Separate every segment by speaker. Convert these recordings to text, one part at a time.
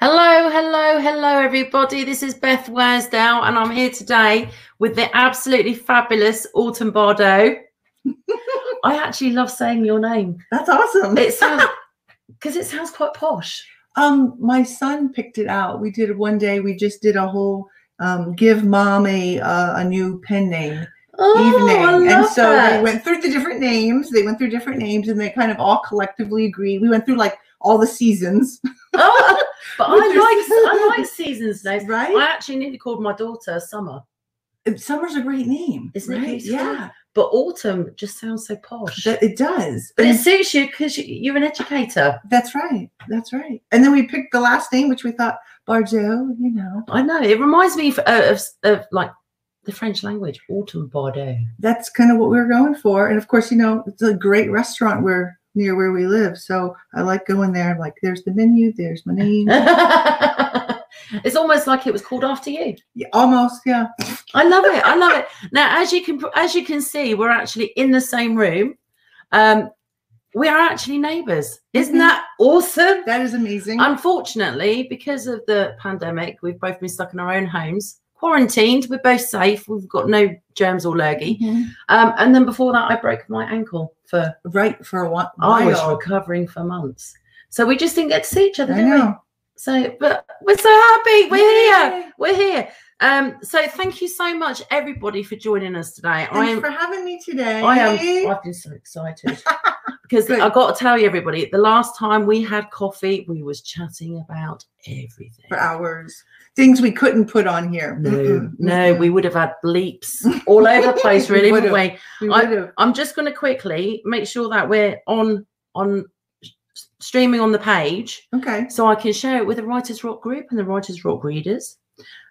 Speaker 1: Hello, hello, hello, everybody. This is Beth Waresdale, and I'm here today with the absolutely fabulous Autumn Bardo. I actually love saying your name.
Speaker 2: That's awesome.
Speaker 1: It sounds because it sounds quite posh.
Speaker 2: Um, my son picked it out. We did it one day. We just did a whole um, give mom a uh, a new pen name
Speaker 1: Oh,
Speaker 2: evening, and so they went through the different names. They went through different names, and they kind of all collectively agreed. We went through like all the seasons,
Speaker 1: oh, but I like I like seasons names. I
Speaker 2: right?
Speaker 1: actually nearly called my daughter Summer,
Speaker 2: Summer's a great name,
Speaker 1: Isn't it
Speaker 2: right?
Speaker 1: beautiful?
Speaker 2: Yeah,
Speaker 1: but Autumn just sounds so posh.
Speaker 2: that- it does.
Speaker 1: but it
Speaker 2: And
Speaker 1: suits you because you're an educator.
Speaker 2: that's right. That's right. And then we picked the last name, which we thought Bardot. You know,
Speaker 1: I know. It reminds me of, of, of like the French language, Autumn Bordeaux.
Speaker 2: that's kind of what we were going for. And of course, you know, it's a great restaurant where near where we live. So I like going there. I'm like, there's the menu, there's my name.
Speaker 1: it's almost like it was called after you.
Speaker 2: Yeah, almost, yeah.
Speaker 1: I love it. I love it. Now, as you can as you can see, we're actually in the same room. Um, we are actually neighbours. Isn't
Speaker 2: Mhm.
Speaker 1: that awesome?
Speaker 2: That is amazing.
Speaker 1: Unfortunately, because of the pandemic, we've both been stuck in our own homes, quarantined. We're both safe. We've got no germs or lurgy.
Speaker 2: Mhm.
Speaker 1: Um, and then before that, I broke my ankle for
Speaker 2: Right for a while.
Speaker 1: I was recovering for months. So we just didn't get to see each other,
Speaker 2: I
Speaker 1: did we?
Speaker 2: know.
Speaker 1: So, but we're so happy. We're here.
Speaker 2: Yay.
Speaker 1: We're here. Um, so thank you so much, everybody, for joining us today. I
Speaker 2: Thanks
Speaker 1: am,
Speaker 2: for having me today.
Speaker 1: I am, I've been so excited because
Speaker 2: Good.
Speaker 1: I got to tell you, everybody, the last time we had coffee, we was chatting about everything.
Speaker 2: for hours. Things we couldn't put on here.
Speaker 1: No,
Speaker 2: Mm-mm,
Speaker 1: no,
Speaker 2: mm-mm.
Speaker 1: we would have had bleeps all over the place,
Speaker 2: We
Speaker 1: really,
Speaker 2: would've.
Speaker 1: wouldn't we?
Speaker 2: we
Speaker 1: I-
Speaker 2: would've.
Speaker 1: I'm just going to quickly make sure that we're on on s- streaming on the page.
Speaker 2: Okay.
Speaker 1: so I can share it with the Writers Rock group and the Writers Rock readers.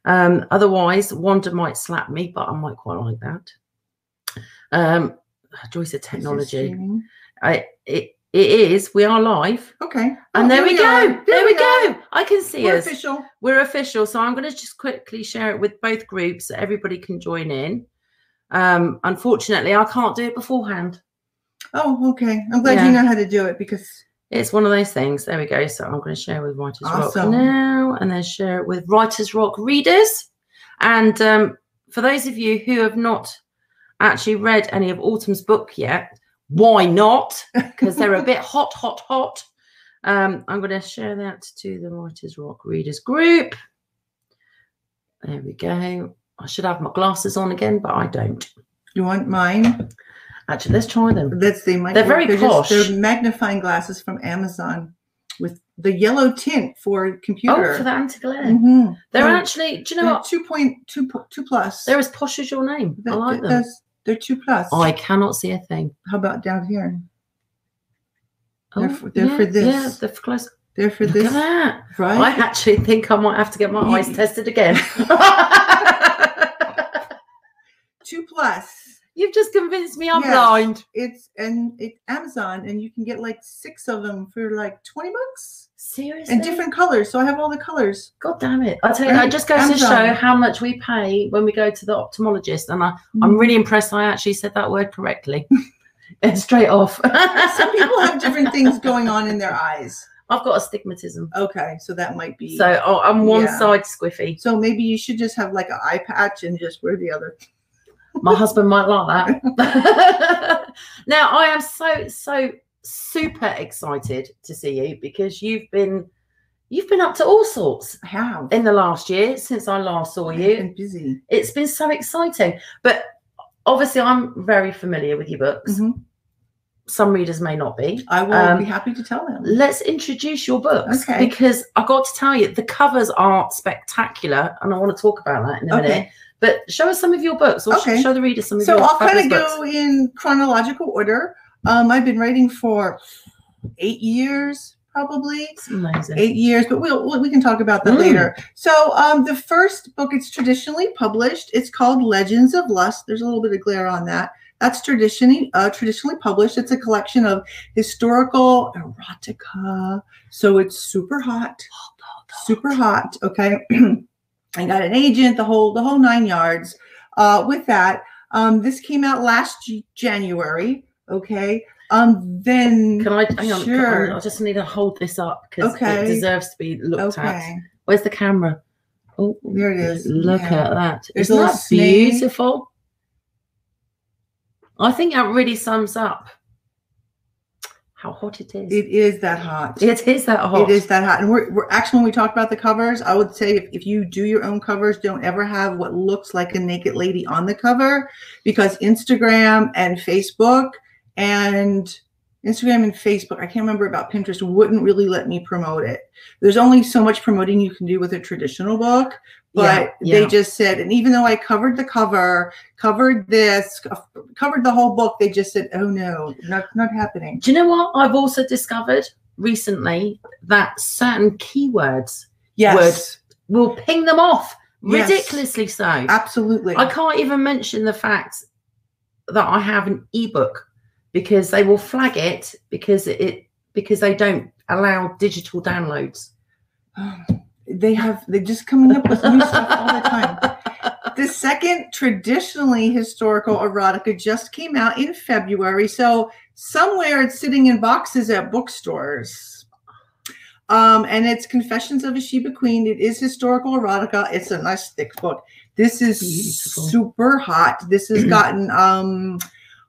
Speaker 1: Um, otherwise, Wanda might slap me, but I might quite like that. Um, Joyce of Technology.
Speaker 2: Streaming.
Speaker 1: I, it, it is. We are live.
Speaker 2: Okay.
Speaker 1: And
Speaker 2: Oh,
Speaker 1: there, we go.
Speaker 2: are.
Speaker 1: There, we go. I can see
Speaker 2: We're
Speaker 1: us.
Speaker 2: official.
Speaker 1: We're official. So I'm going to just quickly share it with both groups so everybody can join in. Um, unfortunately, I can't do it beforehand.
Speaker 2: Oh, okay. I'm glad you
Speaker 1: Yeah.
Speaker 2: know how to do it because
Speaker 1: It's one of those things. There we go. So I'm going to share with Writers Rock
Speaker 2: Awesome.
Speaker 1: now and then share it with Writers Rock readers. And um, for those of you who have not actually read any of Autumn's book yet, why not? Because they're a bit hot, hot, hot. Um, I'm going to share that to the Writers Rock readers group. There we go. I should have my glasses on again, but I don't.
Speaker 2: you want mine.
Speaker 1: Actually, let's try them.
Speaker 2: That's they might.
Speaker 1: They're
Speaker 2: work.
Speaker 1: very
Speaker 2: they're just-
Speaker 1: posh.
Speaker 2: they're magnifying glasses from Amazon with the yellow tint for computer.
Speaker 1: Oh, for the anti glare.
Speaker 2: hmm
Speaker 1: They're
Speaker 2: Yeah.
Speaker 1: actually, do you know
Speaker 2: They're
Speaker 1: what?
Speaker 2: two point two po- two plus.
Speaker 1: They're as posh as your name. I
Speaker 2: That-
Speaker 1: like
Speaker 2: that-
Speaker 1: them. Oh,
Speaker 2: that's- They're two plus.
Speaker 1: I cannot see a thing.
Speaker 2: How about down here? They're for-
Speaker 1: Oh,
Speaker 2: they're for
Speaker 1: Yeah,
Speaker 2: this.
Speaker 1: they're for close.
Speaker 2: They're for
Speaker 1: Look at
Speaker 2: this,
Speaker 1: that. I
Speaker 2: right?
Speaker 1: actually think I might have to get my
Speaker 2: You-
Speaker 1: eyes tested again.
Speaker 2: two plus.
Speaker 1: You've just convinced me I'm
Speaker 2: Yes.
Speaker 1: blind.
Speaker 2: It's and it's Amazon, and you can get like six of them for like twenty bucks
Speaker 1: Seriously?
Speaker 2: and different colors. So I have all the colors.
Speaker 1: God damn it. I tell you, it
Speaker 2: Right?
Speaker 1: just goes to
Speaker 2: Amazon.
Speaker 1: show how much we pay when we go to the ophthalmologist. And I,
Speaker 2: Mm.
Speaker 1: I'm really impressed I actually said that word correctly. And Straight off.
Speaker 2: Some people have different things going on in their eyes.
Speaker 1: I've got astigmatism.
Speaker 2: Okay, so that might be
Speaker 1: So oh, I'm one
Speaker 2: Yeah.
Speaker 1: side squiffy.
Speaker 2: So maybe you should just have like an eye patch and just wear the other.
Speaker 1: My husband might like that. now I am so so super excited to see you because you've been you've been up to all sorts
Speaker 2: I have.
Speaker 1: in the last year since I last saw you.
Speaker 2: been busy.
Speaker 1: It's been so exciting. But obviously I'm very familiar with your books.
Speaker 2: Mhm.
Speaker 1: Some readers may not be.
Speaker 2: I will
Speaker 1: Mm-hmm. Um,
Speaker 2: be happy to tell them.
Speaker 1: Let's introduce your books
Speaker 2: Okay.
Speaker 1: because I got to tell you the covers are spectacular and I want to talk about that in a minute.
Speaker 2: Okay.
Speaker 1: But show us some of your books or sh-
Speaker 2: Okay.
Speaker 1: show the readers some of
Speaker 2: So
Speaker 1: your
Speaker 2: I'll kind
Speaker 1: fabulous
Speaker 2: of
Speaker 1: books.
Speaker 2: go in chronological order. Um, I've been writing for eight years, probably.
Speaker 1: It's amazing.
Speaker 2: eight years, but we'll we- we can talk about that
Speaker 1: Mm.
Speaker 2: later. So um, the first book it's traditionally published. It's called Legends of Lust. There's a little bit of glare on that. That's traditionally uh, traditionally published. It's a collection of historical erotica. So it's super hot, super hot. Okay, I got an agent, the whole the whole nine yards. Uh, with that, um, this came out last J- January. Okay, Um, then
Speaker 1: Can I hang on? can-
Speaker 2: Sure.
Speaker 1: I just need to hold this up because
Speaker 2: Okay.
Speaker 1: it deserves to be looked at.
Speaker 2: okay,
Speaker 1: Where's the camera? Oh,
Speaker 2: There it is.
Speaker 1: Look
Speaker 2: Yeah.
Speaker 1: at that.
Speaker 2: There's a
Speaker 1: Isn't
Speaker 2: little
Speaker 1: that
Speaker 2: snake.
Speaker 1: beautiful? I think that really sums up how hot it is.
Speaker 2: it is that hot.
Speaker 1: it is that hot.
Speaker 2: It is that hot. And we're, we're actually, when we talked about the covers, I would say if, if you do your own covers, don't ever have what looks like a naked lady on the cover because Instagram and Facebook and Instagram and Facebook, I can't remember about Pinterest, wouldn't really let me promote it. There's only so much promoting you can do with a traditional book
Speaker 1: Yeah,
Speaker 2: but they
Speaker 1: yeah.
Speaker 2: just said and even though i covered the cover covered this co- covered the whole book they just said oh no not not happening
Speaker 1: Do you know what? I've also discovered recently that certain keywords
Speaker 2: yes
Speaker 1: will ping them off
Speaker 2: Yes.
Speaker 1: ridiculously so.
Speaker 2: absolutely
Speaker 1: I can't even mention the fact that I have an ebook because they will flag it because it because they don't allow digital downloads.
Speaker 2: they have they're just coming up with new stuff all the time the second traditionally historical erotica just came out in february so somewhere it's sitting in boxes at bookstores um, and it's confessions of a sheba queen it is historical erotica it's a nice thick book this is
Speaker 1: Beautiful.
Speaker 2: super hot this has gotten um,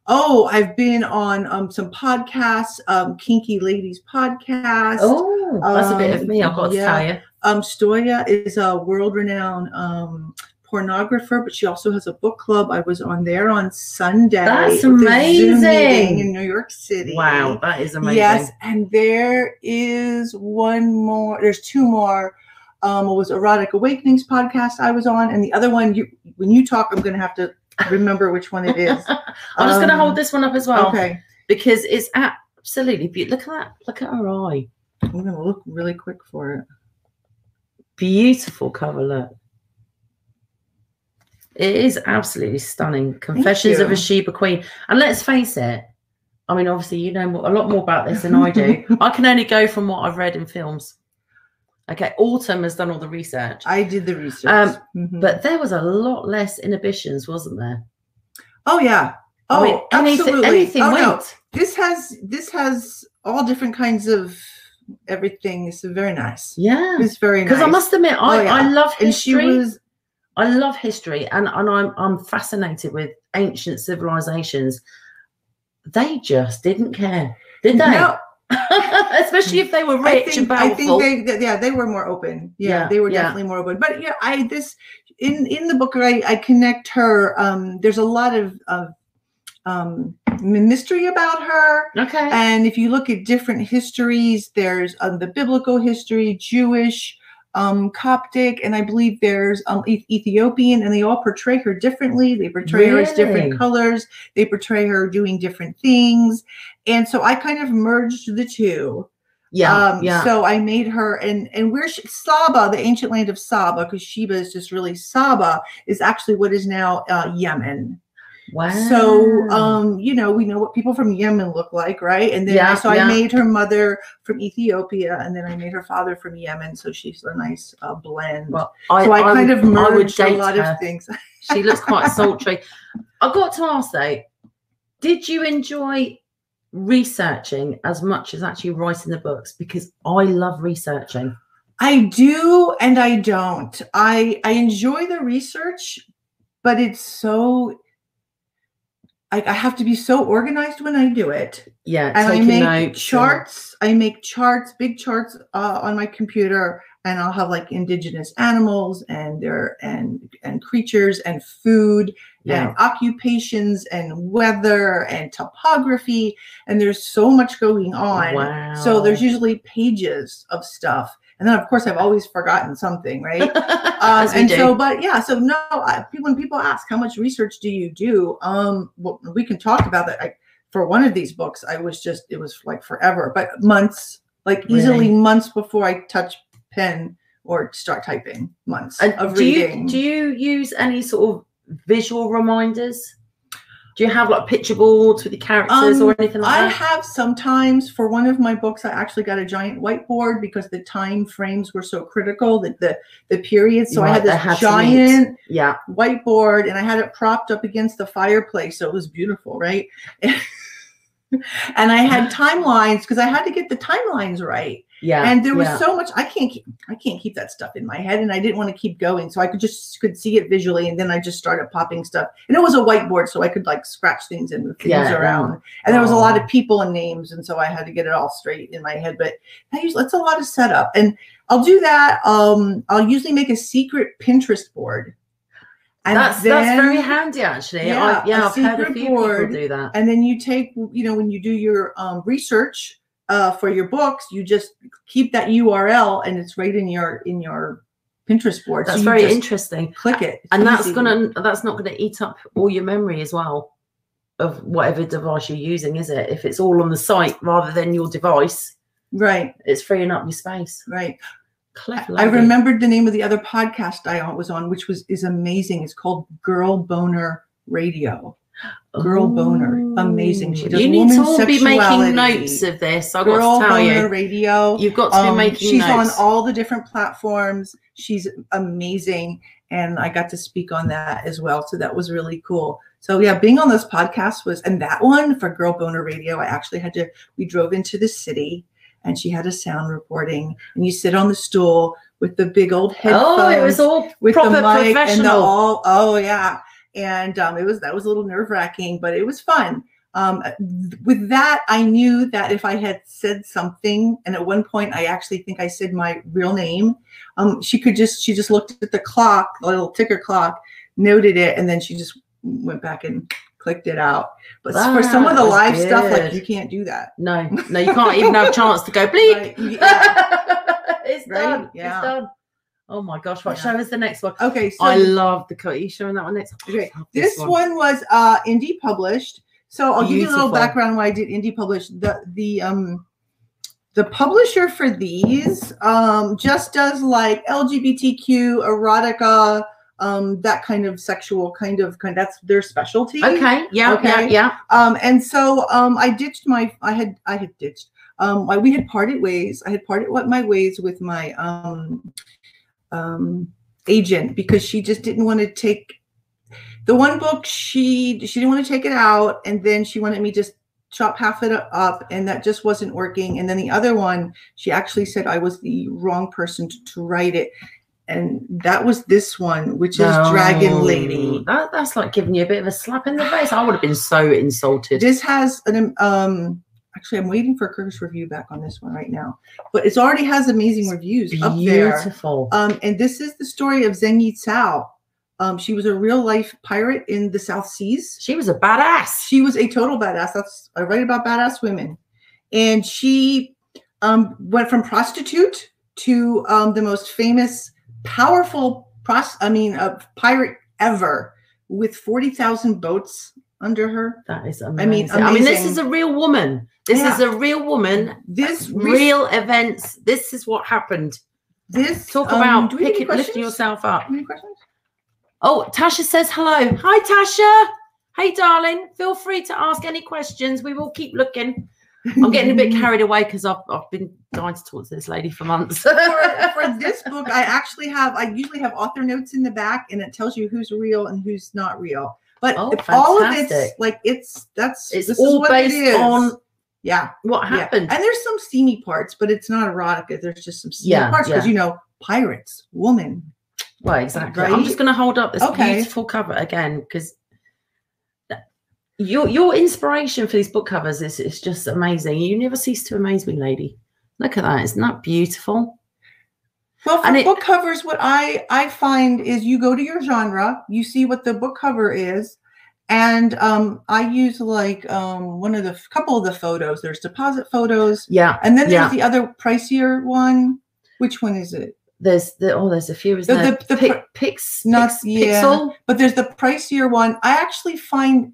Speaker 2: oh i've been on um, some podcasts um, kinky ladies podcast
Speaker 1: Oh, that's a bit of
Speaker 2: Um,
Speaker 1: me. I've got to
Speaker 2: yeah.
Speaker 1: tell you.
Speaker 2: um, Stoya is a world-renowned um, pornographer, but she also has a book club. I was on there on Sunday.
Speaker 1: That's
Speaker 2: with a Zoom
Speaker 1: amazing.
Speaker 2: meeting in New York City.
Speaker 1: Wow, that is amazing.
Speaker 2: Yes, and there is one more. There's two more. Um, it was Erotic Awakenings podcast I was on, and the other one. You, when you talk, I'm going to have to remember which one it is.
Speaker 1: I'm just going to
Speaker 2: Um,
Speaker 1: hold this one up as well
Speaker 2: Okay,
Speaker 1: because it's absolutely beautiful. Look at that. Look at her eye.
Speaker 2: I'm going to look really quick for it.
Speaker 1: Beautiful cover. Look. It is absolutely stunning. Confessions of
Speaker 2: you.
Speaker 1: a Sheba Queen. And let's face it, I mean, obviously, you know more, a lot more about this than I do. I can only go from what I've read in films. Okay, Autumn has done all the research,
Speaker 2: I did the research,
Speaker 1: Um,
Speaker 2: Mhm.
Speaker 1: but there was a lot less inhibitions, wasn't there?
Speaker 2: oh yeah, oh
Speaker 1: I mean, anything,
Speaker 2: absolutely,
Speaker 1: anything
Speaker 2: oh,
Speaker 1: went.
Speaker 2: no. this has this has all different kinds of everything. It's very nice.
Speaker 1: Yeah,
Speaker 2: It's very nice.
Speaker 1: Hmm. because I must admit, I,
Speaker 2: Oh, yeah.
Speaker 1: I love
Speaker 2: and she
Speaker 1: history.
Speaker 2: was
Speaker 1: I love history, and and I'm I'm fascinated with ancient civilizations. They just didn't care, did they?
Speaker 2: no,
Speaker 1: Especially if they were
Speaker 2: I
Speaker 1: rich and
Speaker 2: think, I
Speaker 1: powerful.
Speaker 2: think they, th- yeah they were more open. Yeah,
Speaker 1: Yeah,
Speaker 2: they were
Speaker 1: yeah.
Speaker 2: definitely more open. But yeah, I this in in the book I I connect her. Um, there's a lot of of um mystery about her.
Speaker 1: okay.
Speaker 2: And if you look at different histories, there's um, the biblical history, Jewish, um, Coptic, and I believe there's um, Eth- Ethiopian, and they all portray her differently. They portray her as
Speaker 1: Really?
Speaker 2: different colors, they portray her doing different things. And so I kind of merged the two.
Speaker 1: yeah. yeah.
Speaker 2: um, So I made her, and and where she, Saba, the ancient land of Saba, because Sheba is just really Saba, is actually what is now uh, Yemen.
Speaker 1: wow.
Speaker 2: So, um, you know, we know what people from Yemen look like, right? And then
Speaker 1: Ah. Yeah,
Speaker 2: I so
Speaker 1: yeah.
Speaker 2: I made her mother from Ethiopia, and then I made her father from Yemen, so she's a nice uh, blend.
Speaker 1: Well, I,
Speaker 2: so I, kind of
Speaker 1: would- I would
Speaker 2: merged a
Speaker 1: date
Speaker 2: lot
Speaker 1: her.
Speaker 2: of things.
Speaker 1: She looks quite sultry. I've got to ask though, did you enjoy researching as much as actually writing the books? Because I love researching.
Speaker 2: I do and I don't. I I enjoy the research, but it's so. I, I have to be so organized when I do it.
Speaker 1: Yeah,
Speaker 2: and I
Speaker 1: taking
Speaker 2: make
Speaker 1: notes.
Speaker 2: charts. I make charts, big charts uh, on my computer, and I'll have like indigenous animals and their and and creatures and food
Speaker 1: and- yeah.
Speaker 2: and occupations and weather and topography. And there's so much going on.
Speaker 1: Wow.
Speaker 2: So there's usually pages of stuff, and then of course I've always forgotten something, right? Um,
Speaker 1: As we
Speaker 2: and
Speaker 1: do.
Speaker 2: so, but yeah, so no, I, pe- when people ask how much research do you do, um, well, we can talk about that. I, for one of these books, I was just, it was like forever, but months, like easily
Speaker 1: Really?
Speaker 2: months before I touch pen or start typing months
Speaker 1: And
Speaker 2: of
Speaker 1: do
Speaker 2: reading.
Speaker 1: you do you use any sort of visual reminders? Do you have like picture boards with the characters or
Speaker 2: Um,
Speaker 1: anything like
Speaker 2: I
Speaker 1: that?
Speaker 2: have sometimes for one of my books, I actually got a giant whiteboard because the time frames were so critical that the, the period. So I
Speaker 1: Right,
Speaker 2: had
Speaker 1: they
Speaker 2: this
Speaker 1: had to meet.
Speaker 2: giant
Speaker 1: Yeah,
Speaker 2: whiteboard and I had it propped up against the fireplace. So it was beautiful, right? and I had timelines because I had to get the timelines right.
Speaker 1: Yeah.
Speaker 2: And there was
Speaker 1: yeah.
Speaker 2: so much I can't keep I can't keep that stuff in my head and I didn't want to keep going. So I could just could see it visually and then I just started popping stuff. And it was a whiteboard, so I could like scratch things and move things
Speaker 1: Yeah, yeah.
Speaker 2: around. And there was a
Speaker 1: Oh.
Speaker 2: lot of people and names, and so I had to get it all straight in my head. But I usually that's a lot of setup. And I'll do that. Um, I'll usually make a secret Pinterest board.
Speaker 1: that's that's very handy actually.
Speaker 2: Yeah,
Speaker 1: I've,
Speaker 2: a
Speaker 1: yeah, I've heard a
Speaker 2: secret
Speaker 1: few
Speaker 2: board.
Speaker 1: people do that.
Speaker 2: and then you take you know when you do your um, research uh, for your books you just keep that url and it's right in your in your pinterest board
Speaker 1: That's
Speaker 2: so you
Speaker 1: very
Speaker 2: just
Speaker 1: interesting.
Speaker 2: click it It's
Speaker 1: And that's
Speaker 2: easy.
Speaker 1: gonna that's not gonna eat up all your memory as well of whatever device you're using, is it? If it's all on the site rather than your device,
Speaker 2: right
Speaker 1: it's freeing up your space.
Speaker 2: right
Speaker 1: Clever.
Speaker 2: i
Speaker 1: lady.
Speaker 2: remembered the name of the other podcast i was on which was is amazing it's called girl boner radio Girl Boner. Amazing. She does
Speaker 1: You need to
Speaker 2: woman's
Speaker 1: all be
Speaker 2: sexuality.
Speaker 1: making notes of this. I've
Speaker 2: girl
Speaker 1: got to tell
Speaker 2: boner
Speaker 1: you.
Speaker 2: radio
Speaker 1: You've got to be
Speaker 2: Um,
Speaker 1: making
Speaker 2: she's
Speaker 1: notes.
Speaker 2: on all the different platforms. She's amazing. And I got to speak on that as well. So that was really cool. So yeah, being on this podcast was, and that one for Girl Boner Radio, I actually had to, we drove into the city and she had a sound recording and you sit on the stool with the big old headphones
Speaker 1: oh, it was all
Speaker 2: with
Speaker 1: proper
Speaker 2: the mic and the
Speaker 1: professional.
Speaker 2: all. Oh yeah, and um, it was that was a little nerve wracking, but it was fun. Um, with that, I knew that if I had said something, and at one point I actually think I said my real name, um, she could just she just looked at the clock, the little ticker clock, noted it, and then she just went back and clicked it out. But for some of the
Speaker 1: Ah, That was
Speaker 2: live stuff, like
Speaker 1: good.
Speaker 2: you can't do that.
Speaker 1: no, no, you can't even have a chance to go bleep.
Speaker 2: Right? Yeah.
Speaker 1: it's
Speaker 2: Right?
Speaker 1: done.
Speaker 2: Yeah.
Speaker 1: It's done. Oh my gosh! Right,
Speaker 2: Yeah.
Speaker 1: show us the next one.
Speaker 2: Okay, so
Speaker 1: I love the cut. Are you showing that one next? I
Speaker 2: Okay,
Speaker 1: love
Speaker 2: this one was uh indie published so i'll give you a little
Speaker 1: Beautiful.
Speaker 2: background why i did indie publish the the um the publisher for these um just does like lgbtq erotica um that kind of sexual kind of kind that's their specialty
Speaker 1: Okay. Yeah.
Speaker 2: Okay.
Speaker 1: Yeah.
Speaker 2: um and so um i ditched my i had i had ditched um I, we had parted ways i had parted what my ways with my um um agent because she just didn't want to take the one book she she didn't want to take it out and then she wanted me just chop half it up and that just wasn't working and then the other one she actually said i was the wrong person to, to write it and that was this one which is dragon
Speaker 1: No.
Speaker 2: lady
Speaker 1: That, that's like giving you a bit of a slap in the face. I would have been so insulted.
Speaker 2: This has an um. Actually, I'm waiting for Kirk's review back on this one right now, but it's already has amazing reviews up there.
Speaker 1: Beautiful.
Speaker 2: Um, and this is the story of Zheng Yi Cao. Um, she was a real life pirate in the South Seas.
Speaker 1: she was a badass.
Speaker 2: She was a total badass. That's I write about badass women, and she um, went from prostitute to um, the most famous, powerful pros- I mean, uh, pirate ever with forty thousand boats under her.
Speaker 1: That is
Speaker 2: mean,
Speaker 1: amazing. I mean, I mean, this
Speaker 2: amazing.
Speaker 1: is a real woman. This is a real woman.
Speaker 2: This
Speaker 1: Real events. This is what happened.
Speaker 2: This
Speaker 1: Talk
Speaker 2: um,
Speaker 1: about
Speaker 2: do we have any
Speaker 1: picking, lifting
Speaker 2: questions?
Speaker 1: yourself up.
Speaker 2: Any questions?
Speaker 1: Oh, Tasha says hello. Hi, Tasha. Hey, darling. Feel free to ask any questions. We will keep looking. I'm getting a
Speaker 2: Mm.
Speaker 1: bit
Speaker 2: Mm-hmm.
Speaker 1: carried away because I've, I've been dying to talk to this lady for months.
Speaker 2: for, for this book, I actually have. I usually have author notes in the back, and it tells you who's real and who's not real. But
Speaker 1: Oh,
Speaker 2: if all of it's
Speaker 1: fantastic.
Speaker 2: like it's that's
Speaker 1: It's
Speaker 2: this is
Speaker 1: all
Speaker 2: what it
Speaker 1: based
Speaker 2: is.
Speaker 1: on
Speaker 2: yeah,
Speaker 1: what
Speaker 2: yeah.
Speaker 1: happened.
Speaker 2: And there's some steamy parts, but it's not erotica. There's just some steamy
Speaker 1: Yeah,
Speaker 2: parts because
Speaker 1: yeah.
Speaker 2: you know pirates, woman.
Speaker 1: Well, exactly. I'm
Speaker 2: Right?
Speaker 1: just going to hold up this
Speaker 2: Okay.
Speaker 1: beautiful cover again because your your inspiration for these book covers is, is just amazing. You never cease to amaze me, lady. Look at that. Isn't that beautiful?
Speaker 2: Well, for
Speaker 1: And it-
Speaker 2: book covers, what I I find is you go to your genre, you see what the book cover is, and um, I use like um, one of the couple of the photos. There's deposit photos,
Speaker 1: Yeah.
Speaker 2: and then
Speaker 1: Yeah.
Speaker 2: there's the other pricier one. Which one is it?
Speaker 1: There's the oh, there's a few. Is
Speaker 2: The-
Speaker 1: there
Speaker 2: the- the
Speaker 1: Pic-
Speaker 2: pr-
Speaker 1: pics,
Speaker 2: Not-
Speaker 1: pics-
Speaker 2: yeah.
Speaker 1: pixel?
Speaker 2: But there's the pricier one. I actually find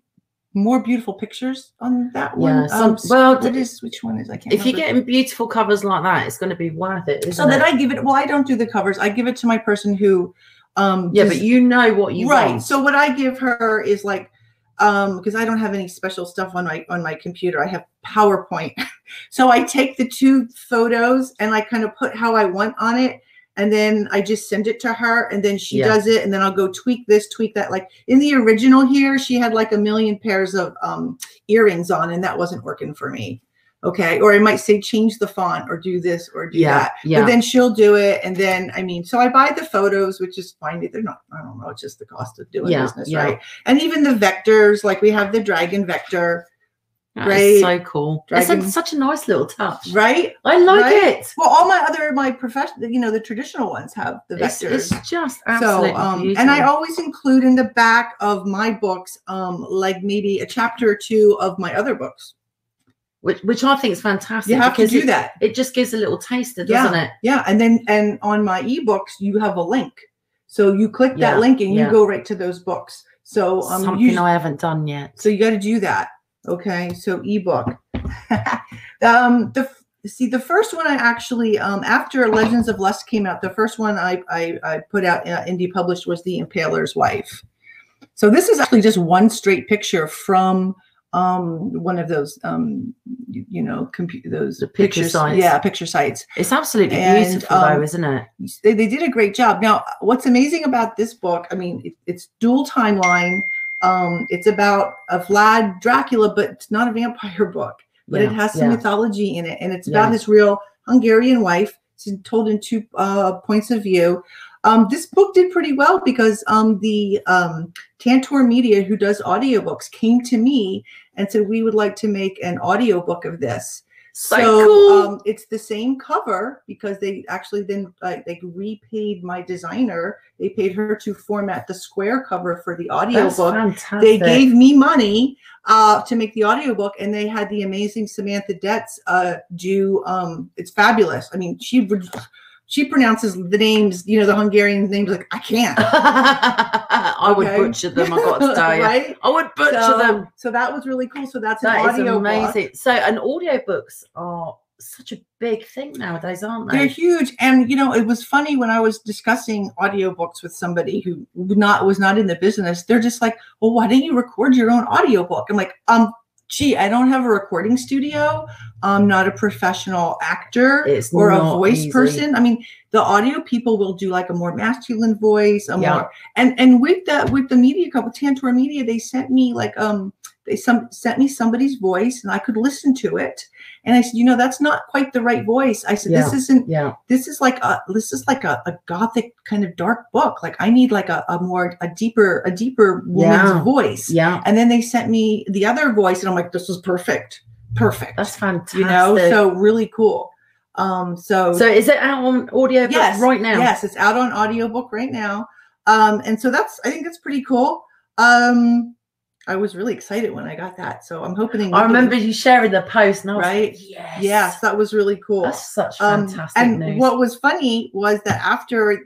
Speaker 2: more beautiful pictures on that one.
Speaker 1: Yeah, some-
Speaker 2: um,
Speaker 1: well,
Speaker 2: what is which one is I can't.
Speaker 1: If you're
Speaker 2: remember.
Speaker 1: getting beautiful covers like that, it's going to be worth it. Isn't
Speaker 2: so then
Speaker 1: it?
Speaker 2: I give it. Well, I don't do the covers. I give it to my person who. Um,
Speaker 1: yeah,
Speaker 2: does-
Speaker 1: but you know what you
Speaker 2: right.
Speaker 1: want.
Speaker 2: So what I give her is like, um, because I don't have any special stuff on my on my computer. I have PowerPoint. so I take the two photos and I kind of put how I want on it. and then I just send it to her and then she
Speaker 1: Yeah.
Speaker 2: does it and then I'll go tweak this, tweak that. Like in the original here, she had like a million pairs of um, earrings on and that wasn't working for me. Okay. Or I might say change the font or do this or do
Speaker 1: yeah,
Speaker 2: that. But
Speaker 1: yeah,
Speaker 2: then she'll do it. And then, I mean, so I buy the photos, which is fine. They're not, I don't know, it's just the cost of doing
Speaker 1: Yeah,
Speaker 2: business,
Speaker 1: yeah.
Speaker 2: right? And even the vectors, like we have the dragon vector,
Speaker 1: That is so
Speaker 2: right.
Speaker 1: cool. It's like
Speaker 2: Dragon-
Speaker 1: such a nice little touch.
Speaker 2: right?
Speaker 1: I like
Speaker 2: Right?
Speaker 1: it.
Speaker 2: Well, all my other, my professional, you know, the traditional ones have the
Speaker 1: It's,
Speaker 2: vectors.
Speaker 1: it's just absolutely
Speaker 2: so, um,
Speaker 1: beautiful.
Speaker 2: and I always include in the back of my books, um, like maybe a chapter or two of my other books.
Speaker 1: which, which I think is fantastic.
Speaker 2: You have to
Speaker 1: because
Speaker 2: do
Speaker 1: it,
Speaker 2: that.
Speaker 1: It just gives a little taster,
Speaker 2: Yeah.
Speaker 1: doesn't it?
Speaker 2: Yeah. And then, and on my ebooks, you have a link. So you click
Speaker 1: Yeah,
Speaker 2: that link and
Speaker 1: yeah.
Speaker 2: you go right to those books. So, um,
Speaker 1: Something
Speaker 2: usually-
Speaker 1: I haven't done yet.
Speaker 2: So you got to do that. Okay. So ebook. um, the see the first one I actually um, after Legends of Lust came out, the first one I I, I put out uh, indie published was The Impaler's Wife. So this is actually just one straight picture from um one of those um you, you know compu- those
Speaker 1: The picture sites.
Speaker 2: yeah picture sites
Speaker 1: It's absolutely
Speaker 2: And,
Speaker 1: beautiful, though,
Speaker 2: um,
Speaker 1: isn't it?
Speaker 2: they, they did a great job. Now, what's amazing about this book, I mean, it, it's dual timeline. Um, it's about a Vlad Dracula, but it's not a vampire book, but it
Speaker 1: Yeah,
Speaker 2: has some
Speaker 1: yeah.
Speaker 2: mythology in it. And it's
Speaker 1: Yeah.
Speaker 2: about his real Hungarian wife. It's told in two uh, points of view. Um, this book did pretty well because um, the um, Tantor Media, who does audiobooks, came to me and said, We would like to make an audiobook of this.
Speaker 1: So,
Speaker 2: So,
Speaker 1: cool.
Speaker 2: um, it's the same cover because they actually then uh, like repaid my designer. They paid her to format the square cover for the
Speaker 1: That's
Speaker 2: audiobook.
Speaker 1: fantastic.
Speaker 2: They gave me money uh, to make the audiobook, and they had the amazing Samantha Detz uh, do. Um, it's fabulous. I mean, she would- she pronounces the names, you know, the Hungarian names like I can't.
Speaker 1: I would
Speaker 2: Okay.
Speaker 1: butcher them. I got to tell you,
Speaker 2: right?
Speaker 1: I would butcher
Speaker 2: so,
Speaker 1: them.
Speaker 2: so that was really cool. So that's an
Speaker 1: That is
Speaker 2: audio
Speaker 1: amazing. So, and audiobooks are such a big thing nowadays, aren't
Speaker 2: They're
Speaker 1: they?
Speaker 2: huge. And you know, it was funny when I was discussing audiobooks with somebody who would not was not in the business. They're just like, "Well, why didn't you record your own audiobook?" I'm like, "Um, gee, I don't have a recording studio. I'm not a professional actor
Speaker 1: It's
Speaker 2: or a
Speaker 1: not
Speaker 2: voice
Speaker 1: easy.
Speaker 2: person. I mean, the audio people will do like a more masculine voice, a
Speaker 1: Yeah.
Speaker 2: more and and with that with the media couple Tantor Media, they sent me like um they some sent me somebody's voice and I could listen to it. And I said, you know, that's not quite the right voice. I said, this isn't
Speaker 1: Yeah,
Speaker 2: this is like a this is like a, a gothic kind of dark book. Like I need like a, a more a deeper a deeper woman's
Speaker 1: Yeah.
Speaker 2: voice.
Speaker 1: yeah.
Speaker 2: And then they sent me the other voice and I'm like, this is perfect. Perfect.
Speaker 1: That's fantastic.
Speaker 2: you know, so really cool. Um so,
Speaker 1: So is it out on audio
Speaker 2: yes,
Speaker 1: right now?
Speaker 2: Yes, it's out on audiobook right now. Um and so that's I think that's pretty cool. Um I was really excited when I got that. So I'm hoping
Speaker 1: I remember you sharing the post, and I was like,
Speaker 2: Right?
Speaker 1: yes,
Speaker 2: Yes, that was really cool.
Speaker 1: that's such
Speaker 2: Um,
Speaker 1: fantastic
Speaker 2: and
Speaker 1: news.
Speaker 2: what was funny was that after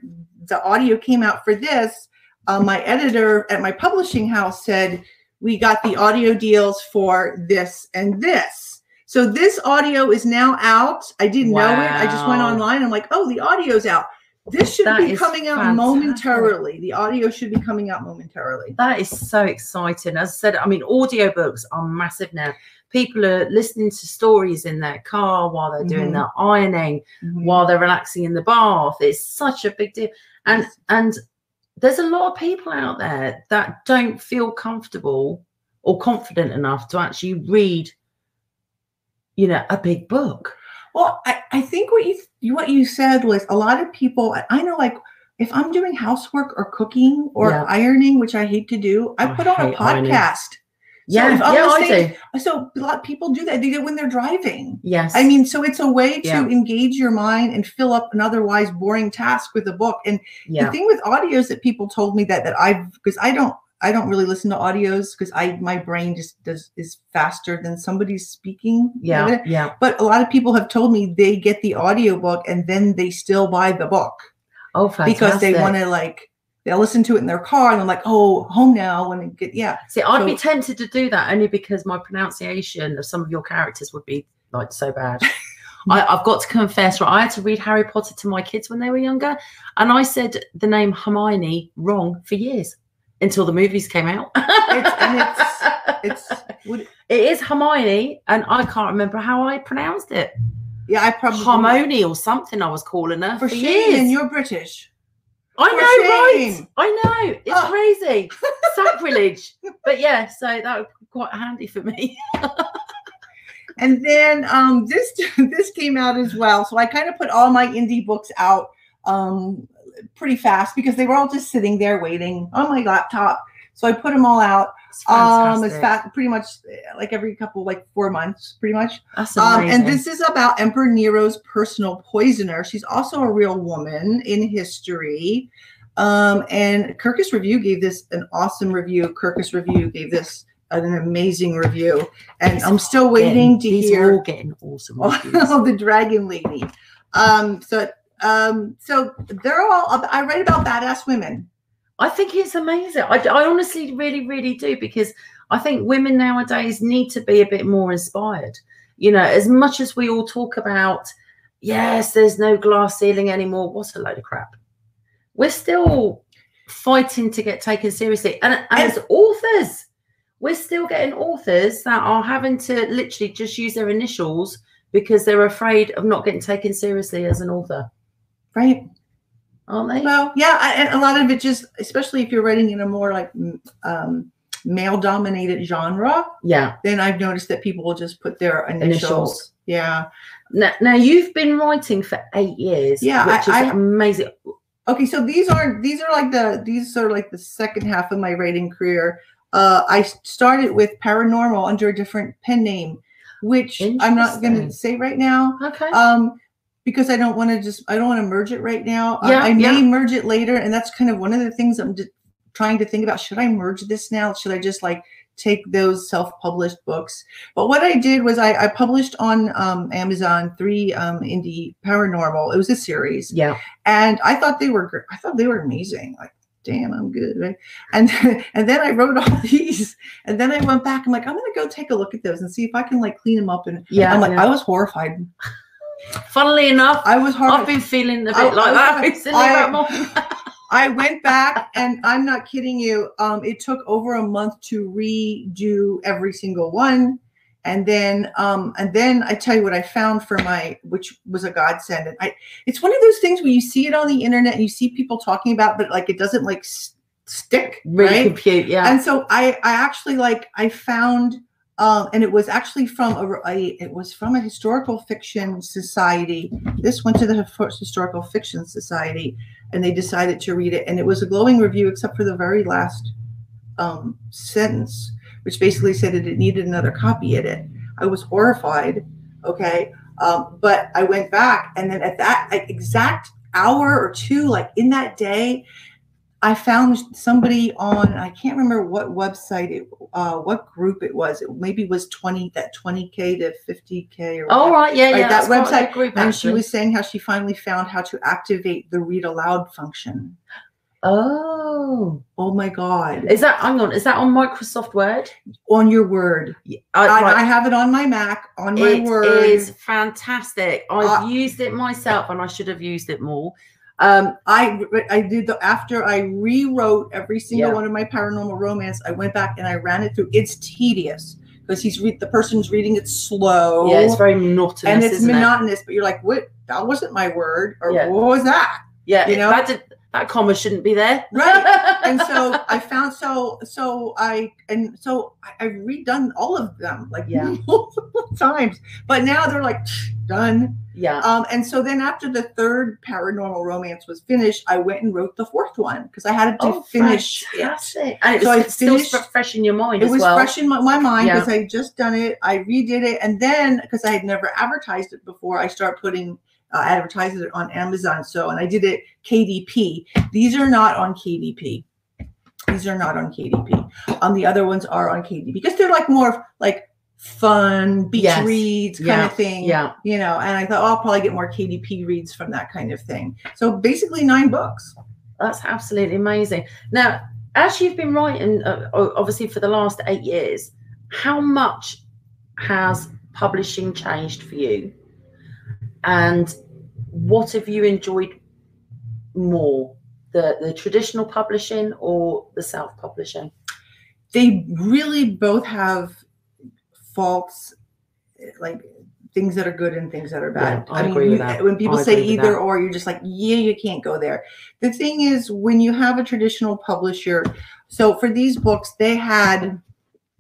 Speaker 2: the audio came out for this, uh, my editor at my publishing house said, We got the audio deals for this and this. So this audio is now out. I didn't know it. I just went
Speaker 1: Wow.
Speaker 2: online. I'm like, Oh, the audio's out. This should
Speaker 1: That
Speaker 2: be
Speaker 1: is
Speaker 2: coming out
Speaker 1: fantastic.
Speaker 2: momentarily. The audio should be coming out momentarily.
Speaker 1: That is so exciting. As I said, I mean, audiobooks are massive now. People are listening to stories in their car while they're doing
Speaker 2: Mhm.
Speaker 1: their ironing, while they're relaxing in the bath. It's such a big deal. And
Speaker 2: Yes.
Speaker 1: and there's a lot of people out there that don't feel comfortable or confident enough to actually read, you know, a big book.
Speaker 2: Well, I, I think what you, you what you said was a lot of people. I- I know, like if I'm doing housework or cooking or
Speaker 1: Yeah. Oh,
Speaker 2: ironing, which I hate to do, I,
Speaker 1: I
Speaker 2: put on a
Speaker 1: hate ironing.
Speaker 2: podcast.
Speaker 1: Yeah,
Speaker 2: if I'm
Speaker 1: yeah, I
Speaker 2: listening
Speaker 1: do.
Speaker 2: So a lot of people do that. They do it when they're driving.
Speaker 1: Yes.
Speaker 2: I mean, so it's a way to
Speaker 1: Yeah.
Speaker 2: engage your mind and fill up an otherwise boring task with a book. And
Speaker 1: yeah.
Speaker 2: the thing with audios that people told me that that I've because I don't I don't really listen to audios because I my brain just does is faster than somebody's speaking.
Speaker 1: Yeah, yeah.
Speaker 2: But a lot of people have told me they get the audiobook and then they still buy the book
Speaker 1: Oh, fantastic.
Speaker 2: because they want to like they'll listen to it in their car and I'm like, oh, home now when it get yeah.
Speaker 1: See, I'd be
Speaker 2: So-
Speaker 1: tempted to do that only because my pronunciation of some of your characters would be like so bad. I, I've got to confess, right? I had to read Harry Potter to my kids when they were younger, and I said the name Hermione wrong for years until the movies came out.
Speaker 2: and it's- It's would,
Speaker 1: It is Hermione, and I can't remember how I pronounced it.
Speaker 2: Yeah, I probably
Speaker 1: Harmony or something I was calling her
Speaker 2: for
Speaker 1: for,
Speaker 2: shame,
Speaker 1: years.
Speaker 2: and you're British.
Speaker 1: I
Speaker 2: for
Speaker 1: know,
Speaker 2: shame.
Speaker 1: right? I know. It's
Speaker 2: Oh.
Speaker 1: crazy. Sacrilege. But yeah, so that would be quite handy for me.
Speaker 2: And then um, this this came out as well. So I kind of put all my indie books out um, pretty fast because they were all just sitting there waiting on my laptop. So I put them all out.
Speaker 1: It's
Speaker 2: Um, it's
Speaker 1: fantastic.
Speaker 2: fat, pretty much uh, like every couple, like four months, pretty much.
Speaker 1: That's
Speaker 2: Um,
Speaker 1: amazing.
Speaker 2: and this is about Emperor Nero's personal poisoner. She's also a real woman in history. Um, and Kirkus Review gave this an awesome review. Kirkus Review gave this an amazing review. And I'm still waiting to
Speaker 1: These
Speaker 2: hear
Speaker 1: are all getting awesome reviews.
Speaker 2: oh, the dragon lady. Um, so, um, so they're all. ab- I write about badass women.
Speaker 1: I think it's amazing. I, I honestly really, really do because I think women nowadays need to be a bit more inspired. You know, as much as we all talk about, yes, there's no glass ceiling anymore, what a load of crap. We're still fighting to get taken seriously. And, and as authors, we're still getting authors that are having to literally just use their initials because they're afraid of not getting taken seriously as an author,
Speaker 2: Right.
Speaker 1: aren't they?
Speaker 2: Well, yeah, I, and a lot of it just, especially if you're writing in a more like m- um, male-dominated genre,
Speaker 1: yeah.
Speaker 2: then I've noticed that people will just put their initials.
Speaker 1: Initials.
Speaker 2: Yeah.
Speaker 1: Now, now you've been writing for eight years,
Speaker 2: Yeah, I-
Speaker 1: which
Speaker 2: I-
Speaker 1: is amazing.
Speaker 2: Okay, so these aren't. These are like the. These are like the second half of my writing career. Uh, I started with paranormal under a different pen name, which I'm not going
Speaker 1: Interesting.
Speaker 2: to say right now.
Speaker 1: Okay.
Speaker 2: um because I don't want to just I don't want to merge it right now. I-
Speaker 1: Yeah,
Speaker 2: I, may
Speaker 1: yeah.
Speaker 2: merge it later, and that's kind of one of the things I'm d- trying to think about. Should I merge this now? Should I just like take those self-published books? But what I did was I, I published on um, Amazon three um, indie paranormal. It was a series,
Speaker 1: yeah.
Speaker 2: and I thought they were gr- I thought they were amazing. Like, damn, I'm good. Right? And and then I wrote all these, and then I went back. I'm like, I'm gonna go take a look at those and see if I can like clean them up. And
Speaker 1: Yeah.
Speaker 2: I'm like, oh.
Speaker 1: yeah.
Speaker 2: I was horrified.
Speaker 1: Funnily enough,
Speaker 2: I was horrified.
Speaker 1: I've been feeling a bit
Speaker 2: I-
Speaker 1: like
Speaker 2: I-
Speaker 1: that recently.
Speaker 2: Oh, I-
Speaker 1: about my-
Speaker 2: I went back and I'm not kidding you. Um, it took over a month to redo every single one. And then um, and then I tell you what I found for my which was a godsend. And I it's one of those things where you see it on the internet and you see people talking about, but like it doesn't like s- stick.
Speaker 1: really
Speaker 2: right?
Speaker 1: compute. Yeah.
Speaker 2: and so I, I actually like I found, um, and it was actually from a, a- it was from a historical fiction society. This went to the Hif- historical fiction society, and they decided to read it, and it was a glowing review, except for the very last um, sentence, which basically said that it needed another copy in it. I was horrified. Okay, um, but I went back, and then at that like, exact hour or two, like in that day, I found somebody on I can't remember what website it, uh, what group it was. It maybe was twenty that twenty k to fifty k or
Speaker 1: all
Speaker 2: whatever.
Speaker 1: Oh, right. Yeah.
Speaker 2: Right,
Speaker 1: yeah. that's
Speaker 2: that
Speaker 1: quite a
Speaker 2: website-
Speaker 1: big group,
Speaker 2: And she
Speaker 1: actually.
Speaker 2: was saying how she finally found how to activate the read aloud function.
Speaker 1: Oh,
Speaker 2: Oh my god!
Speaker 1: is that? Hang on. Is that on Microsoft Word?
Speaker 2: on your word,
Speaker 1: Yeah,
Speaker 2: I,
Speaker 1: right.
Speaker 2: I have it on my Mac. On my
Speaker 1: It
Speaker 2: word,
Speaker 1: is fantastic. I've
Speaker 2: Uh,
Speaker 1: used it myself, and I should have used it more. Um,
Speaker 2: I I did the after I rewrote every single
Speaker 1: Yeah.
Speaker 2: one of my paranormal romance. I went back and I ran it through. It's tedious because he's read the person's reading it slow.
Speaker 1: yeah, it's very monotonous,
Speaker 2: oh, and it's
Speaker 1: isn't it?
Speaker 2: monotonous, but you're like, what? That wasn't my word, or
Speaker 1: Yeah.
Speaker 2: what was that?
Speaker 1: Yeah,
Speaker 2: you
Speaker 1: it-
Speaker 2: know?
Speaker 1: that did, that comma shouldn't be there.
Speaker 2: Right. and so I found so so I and so I- I've redone all of them like
Speaker 1: Yeah.
Speaker 2: multiple times, but now they're like done.
Speaker 1: yeah,
Speaker 2: Um, and so then after the third paranormal romance was finished, I went and wrote the fourth one because I had to finish it.
Speaker 1: Oh, fantastic. And it
Speaker 2: So
Speaker 1: was
Speaker 2: I
Speaker 1: still
Speaker 2: finished-
Speaker 1: fr- fresh in your mind
Speaker 2: It
Speaker 1: as
Speaker 2: was
Speaker 1: well.
Speaker 2: fresh in my, my mind
Speaker 1: Yeah.
Speaker 2: because I had just done it. I redid it, and then because I had never advertised it before, I start putting uh, advertises it on Amazon. So, and I did it KDP. These are not on KDP. These are not on KDP. Um, the other ones are on KDP because they're like more of, like fun beach
Speaker 1: Yes.
Speaker 2: reads kind
Speaker 1: Yeah.
Speaker 2: of thing.
Speaker 1: Yeah,
Speaker 2: You know, and I thought oh, I'll probably get more KDP reads from that kind of thing. So basically, nine books.
Speaker 1: that's absolutely amazing. Now, as you've been writing, uh, o- obviously for the last eight years, how much has publishing changed for you, and what have you enjoyed more, the the traditional publishing or the self publishing?
Speaker 2: they really both have faults like things that are good and things that are bad.
Speaker 1: Yeah, I agree with
Speaker 2: you-
Speaker 1: that.
Speaker 2: when people
Speaker 1: I
Speaker 2: say
Speaker 1: agree with
Speaker 2: either
Speaker 1: that.
Speaker 2: or, you're just like, yeah, you can't go there. The thing is, when you have a traditional publisher, so for these books, they had,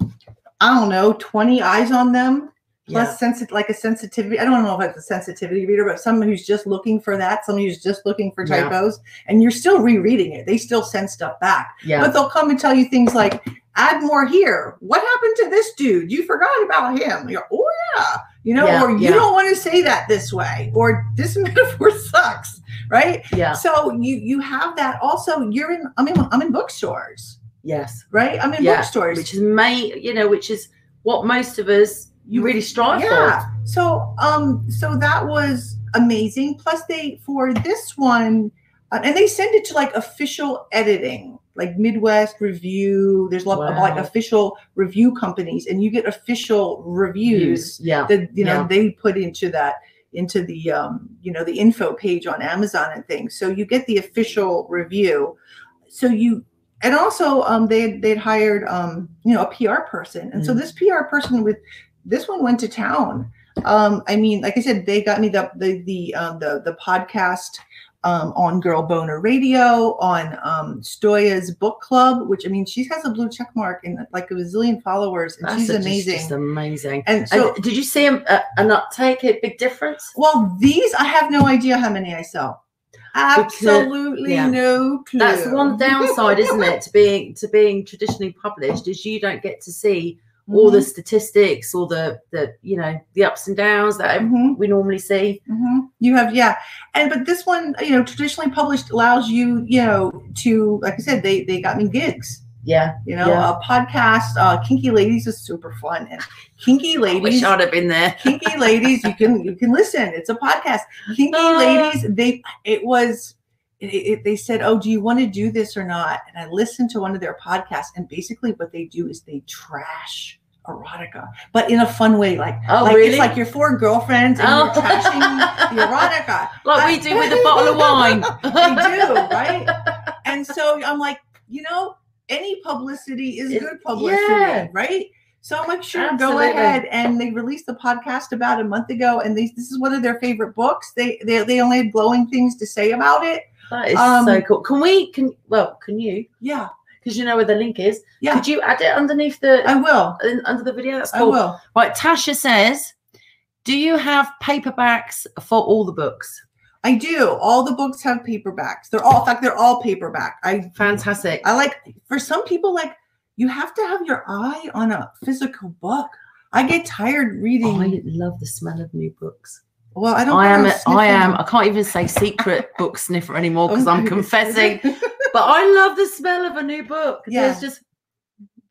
Speaker 2: I don't know, 20 eyes on them, plus sensi- like a sensitivity. I don't know if it's a sensitivity reader, but someone who's just looking for that, someone who's just looking for
Speaker 1: Yeah.
Speaker 2: typos, and you're still rereading it. They still send stuff back
Speaker 1: yeah,
Speaker 2: but they'll come and tell you things like add more here what happened to this dude you forgot about him you're oh yeah you know
Speaker 1: Yeah,
Speaker 2: or you
Speaker 1: yeah.
Speaker 2: don't want to say that this way or this metaphor sucks right
Speaker 1: yeah,
Speaker 2: so you you have that also you're in i'm in i'm in bookstores
Speaker 1: yes.
Speaker 2: right i'm in
Speaker 1: Yeah,
Speaker 2: bookstores
Speaker 1: Which is may you know, which is what most of us you really strive
Speaker 2: yeah
Speaker 1: for.
Speaker 2: so um so that was amazing plus they for this one uh, and they send it to like official editing like midwest review there's a lot of
Speaker 1: Wow.
Speaker 2: like official review companies and you get official reviews
Speaker 1: Yeah,
Speaker 2: that you know
Speaker 1: Yeah.
Speaker 2: they put into that into the um you know the info page on amazon and things so you get the official review so you and also um they they'd hired um you know a pr person and so
Speaker 1: Mm.
Speaker 2: this pr person with this one went to town um i mean like i said they got me the the the um the, the podcast um, on Girl Boner Radio, on um, Stoya's book club, which I mean, she has a blue check mark and like a bazillion followers, and
Speaker 1: That's
Speaker 2: she's
Speaker 1: just-
Speaker 2: amazing.
Speaker 1: Just amazing.
Speaker 2: and so,
Speaker 1: So, did you see a, a, an uptake? A big difference?
Speaker 2: Well, these I have no idea how many I sell. Absolutely
Speaker 1: yeah.
Speaker 2: no clue.
Speaker 1: That's one downside, isn't it, to being to being traditionally published is you don't get to see all
Speaker 2: Mm-hmm.
Speaker 1: the statistics, all the the you know the ups and downs that
Speaker 2: Mhm.
Speaker 1: we normally see.
Speaker 2: Mhm. You have yeah, and but this one, you know, traditionally published allows you, you know, to like I said, they they got me gigs.
Speaker 1: Yeah,
Speaker 2: You know,
Speaker 1: Yeah.
Speaker 2: a podcast, uh, Kinky Ladies is super fun, and Kinky
Speaker 1: I wish
Speaker 2: Ladies.
Speaker 1: I'd have been there.
Speaker 2: Kinky ladies, you can you can listen. It's a podcast. Kinky
Speaker 1: Ah.
Speaker 2: ladies, they it was it, it, they said, "Oh, do you want to do this or not?" And I listened to one of their podcasts, and basically what they do is they trash erotica, but in a fun way, like
Speaker 1: Oh,
Speaker 2: like
Speaker 1: really?
Speaker 2: it's like your four girlfriends and
Speaker 1: Oh.
Speaker 2: you're trashing the erotica.
Speaker 1: like we do with a bottle of wine.
Speaker 2: They do right, and so I'm like, you know, any publicity is
Speaker 1: It-
Speaker 2: good publicity,
Speaker 1: yeah.
Speaker 2: right? So I'm like, sure, go
Speaker 1: Absolutely.
Speaker 2: ahead. And they released the podcast about a month ago, and they, this is one of their favorite books. They they, they only had glowing things to say about it.
Speaker 1: That is
Speaker 2: Um,
Speaker 1: so cool. Can we? Can well? Can you?
Speaker 2: Yeah,
Speaker 1: Because you know where the link is.
Speaker 2: Yeah.
Speaker 1: Could you Oh. add it underneath the
Speaker 2: I will.
Speaker 1: in- under the video? That's
Speaker 2: Um, I
Speaker 1: cool.
Speaker 2: will.
Speaker 1: Right, Tasha says, "Do you have paperbacks for all the books?"
Speaker 2: I do. All the books have paperbacks. They're all, in fact, they're all paperback. I
Speaker 1: Fantastic.
Speaker 2: I like for some people like you have to have your eye on a physical book. I get tired reading.
Speaker 1: I love the smell of new books.
Speaker 2: well, I don't.
Speaker 1: I am.
Speaker 2: wanna
Speaker 1: A, I
Speaker 2: sniff
Speaker 1: am.
Speaker 2: them.
Speaker 1: I can't even say secret book sniffer anymore because I'm
Speaker 2: Okay.
Speaker 1: confessing. But I love the smell of a new book.
Speaker 2: Yeah.
Speaker 1: There's just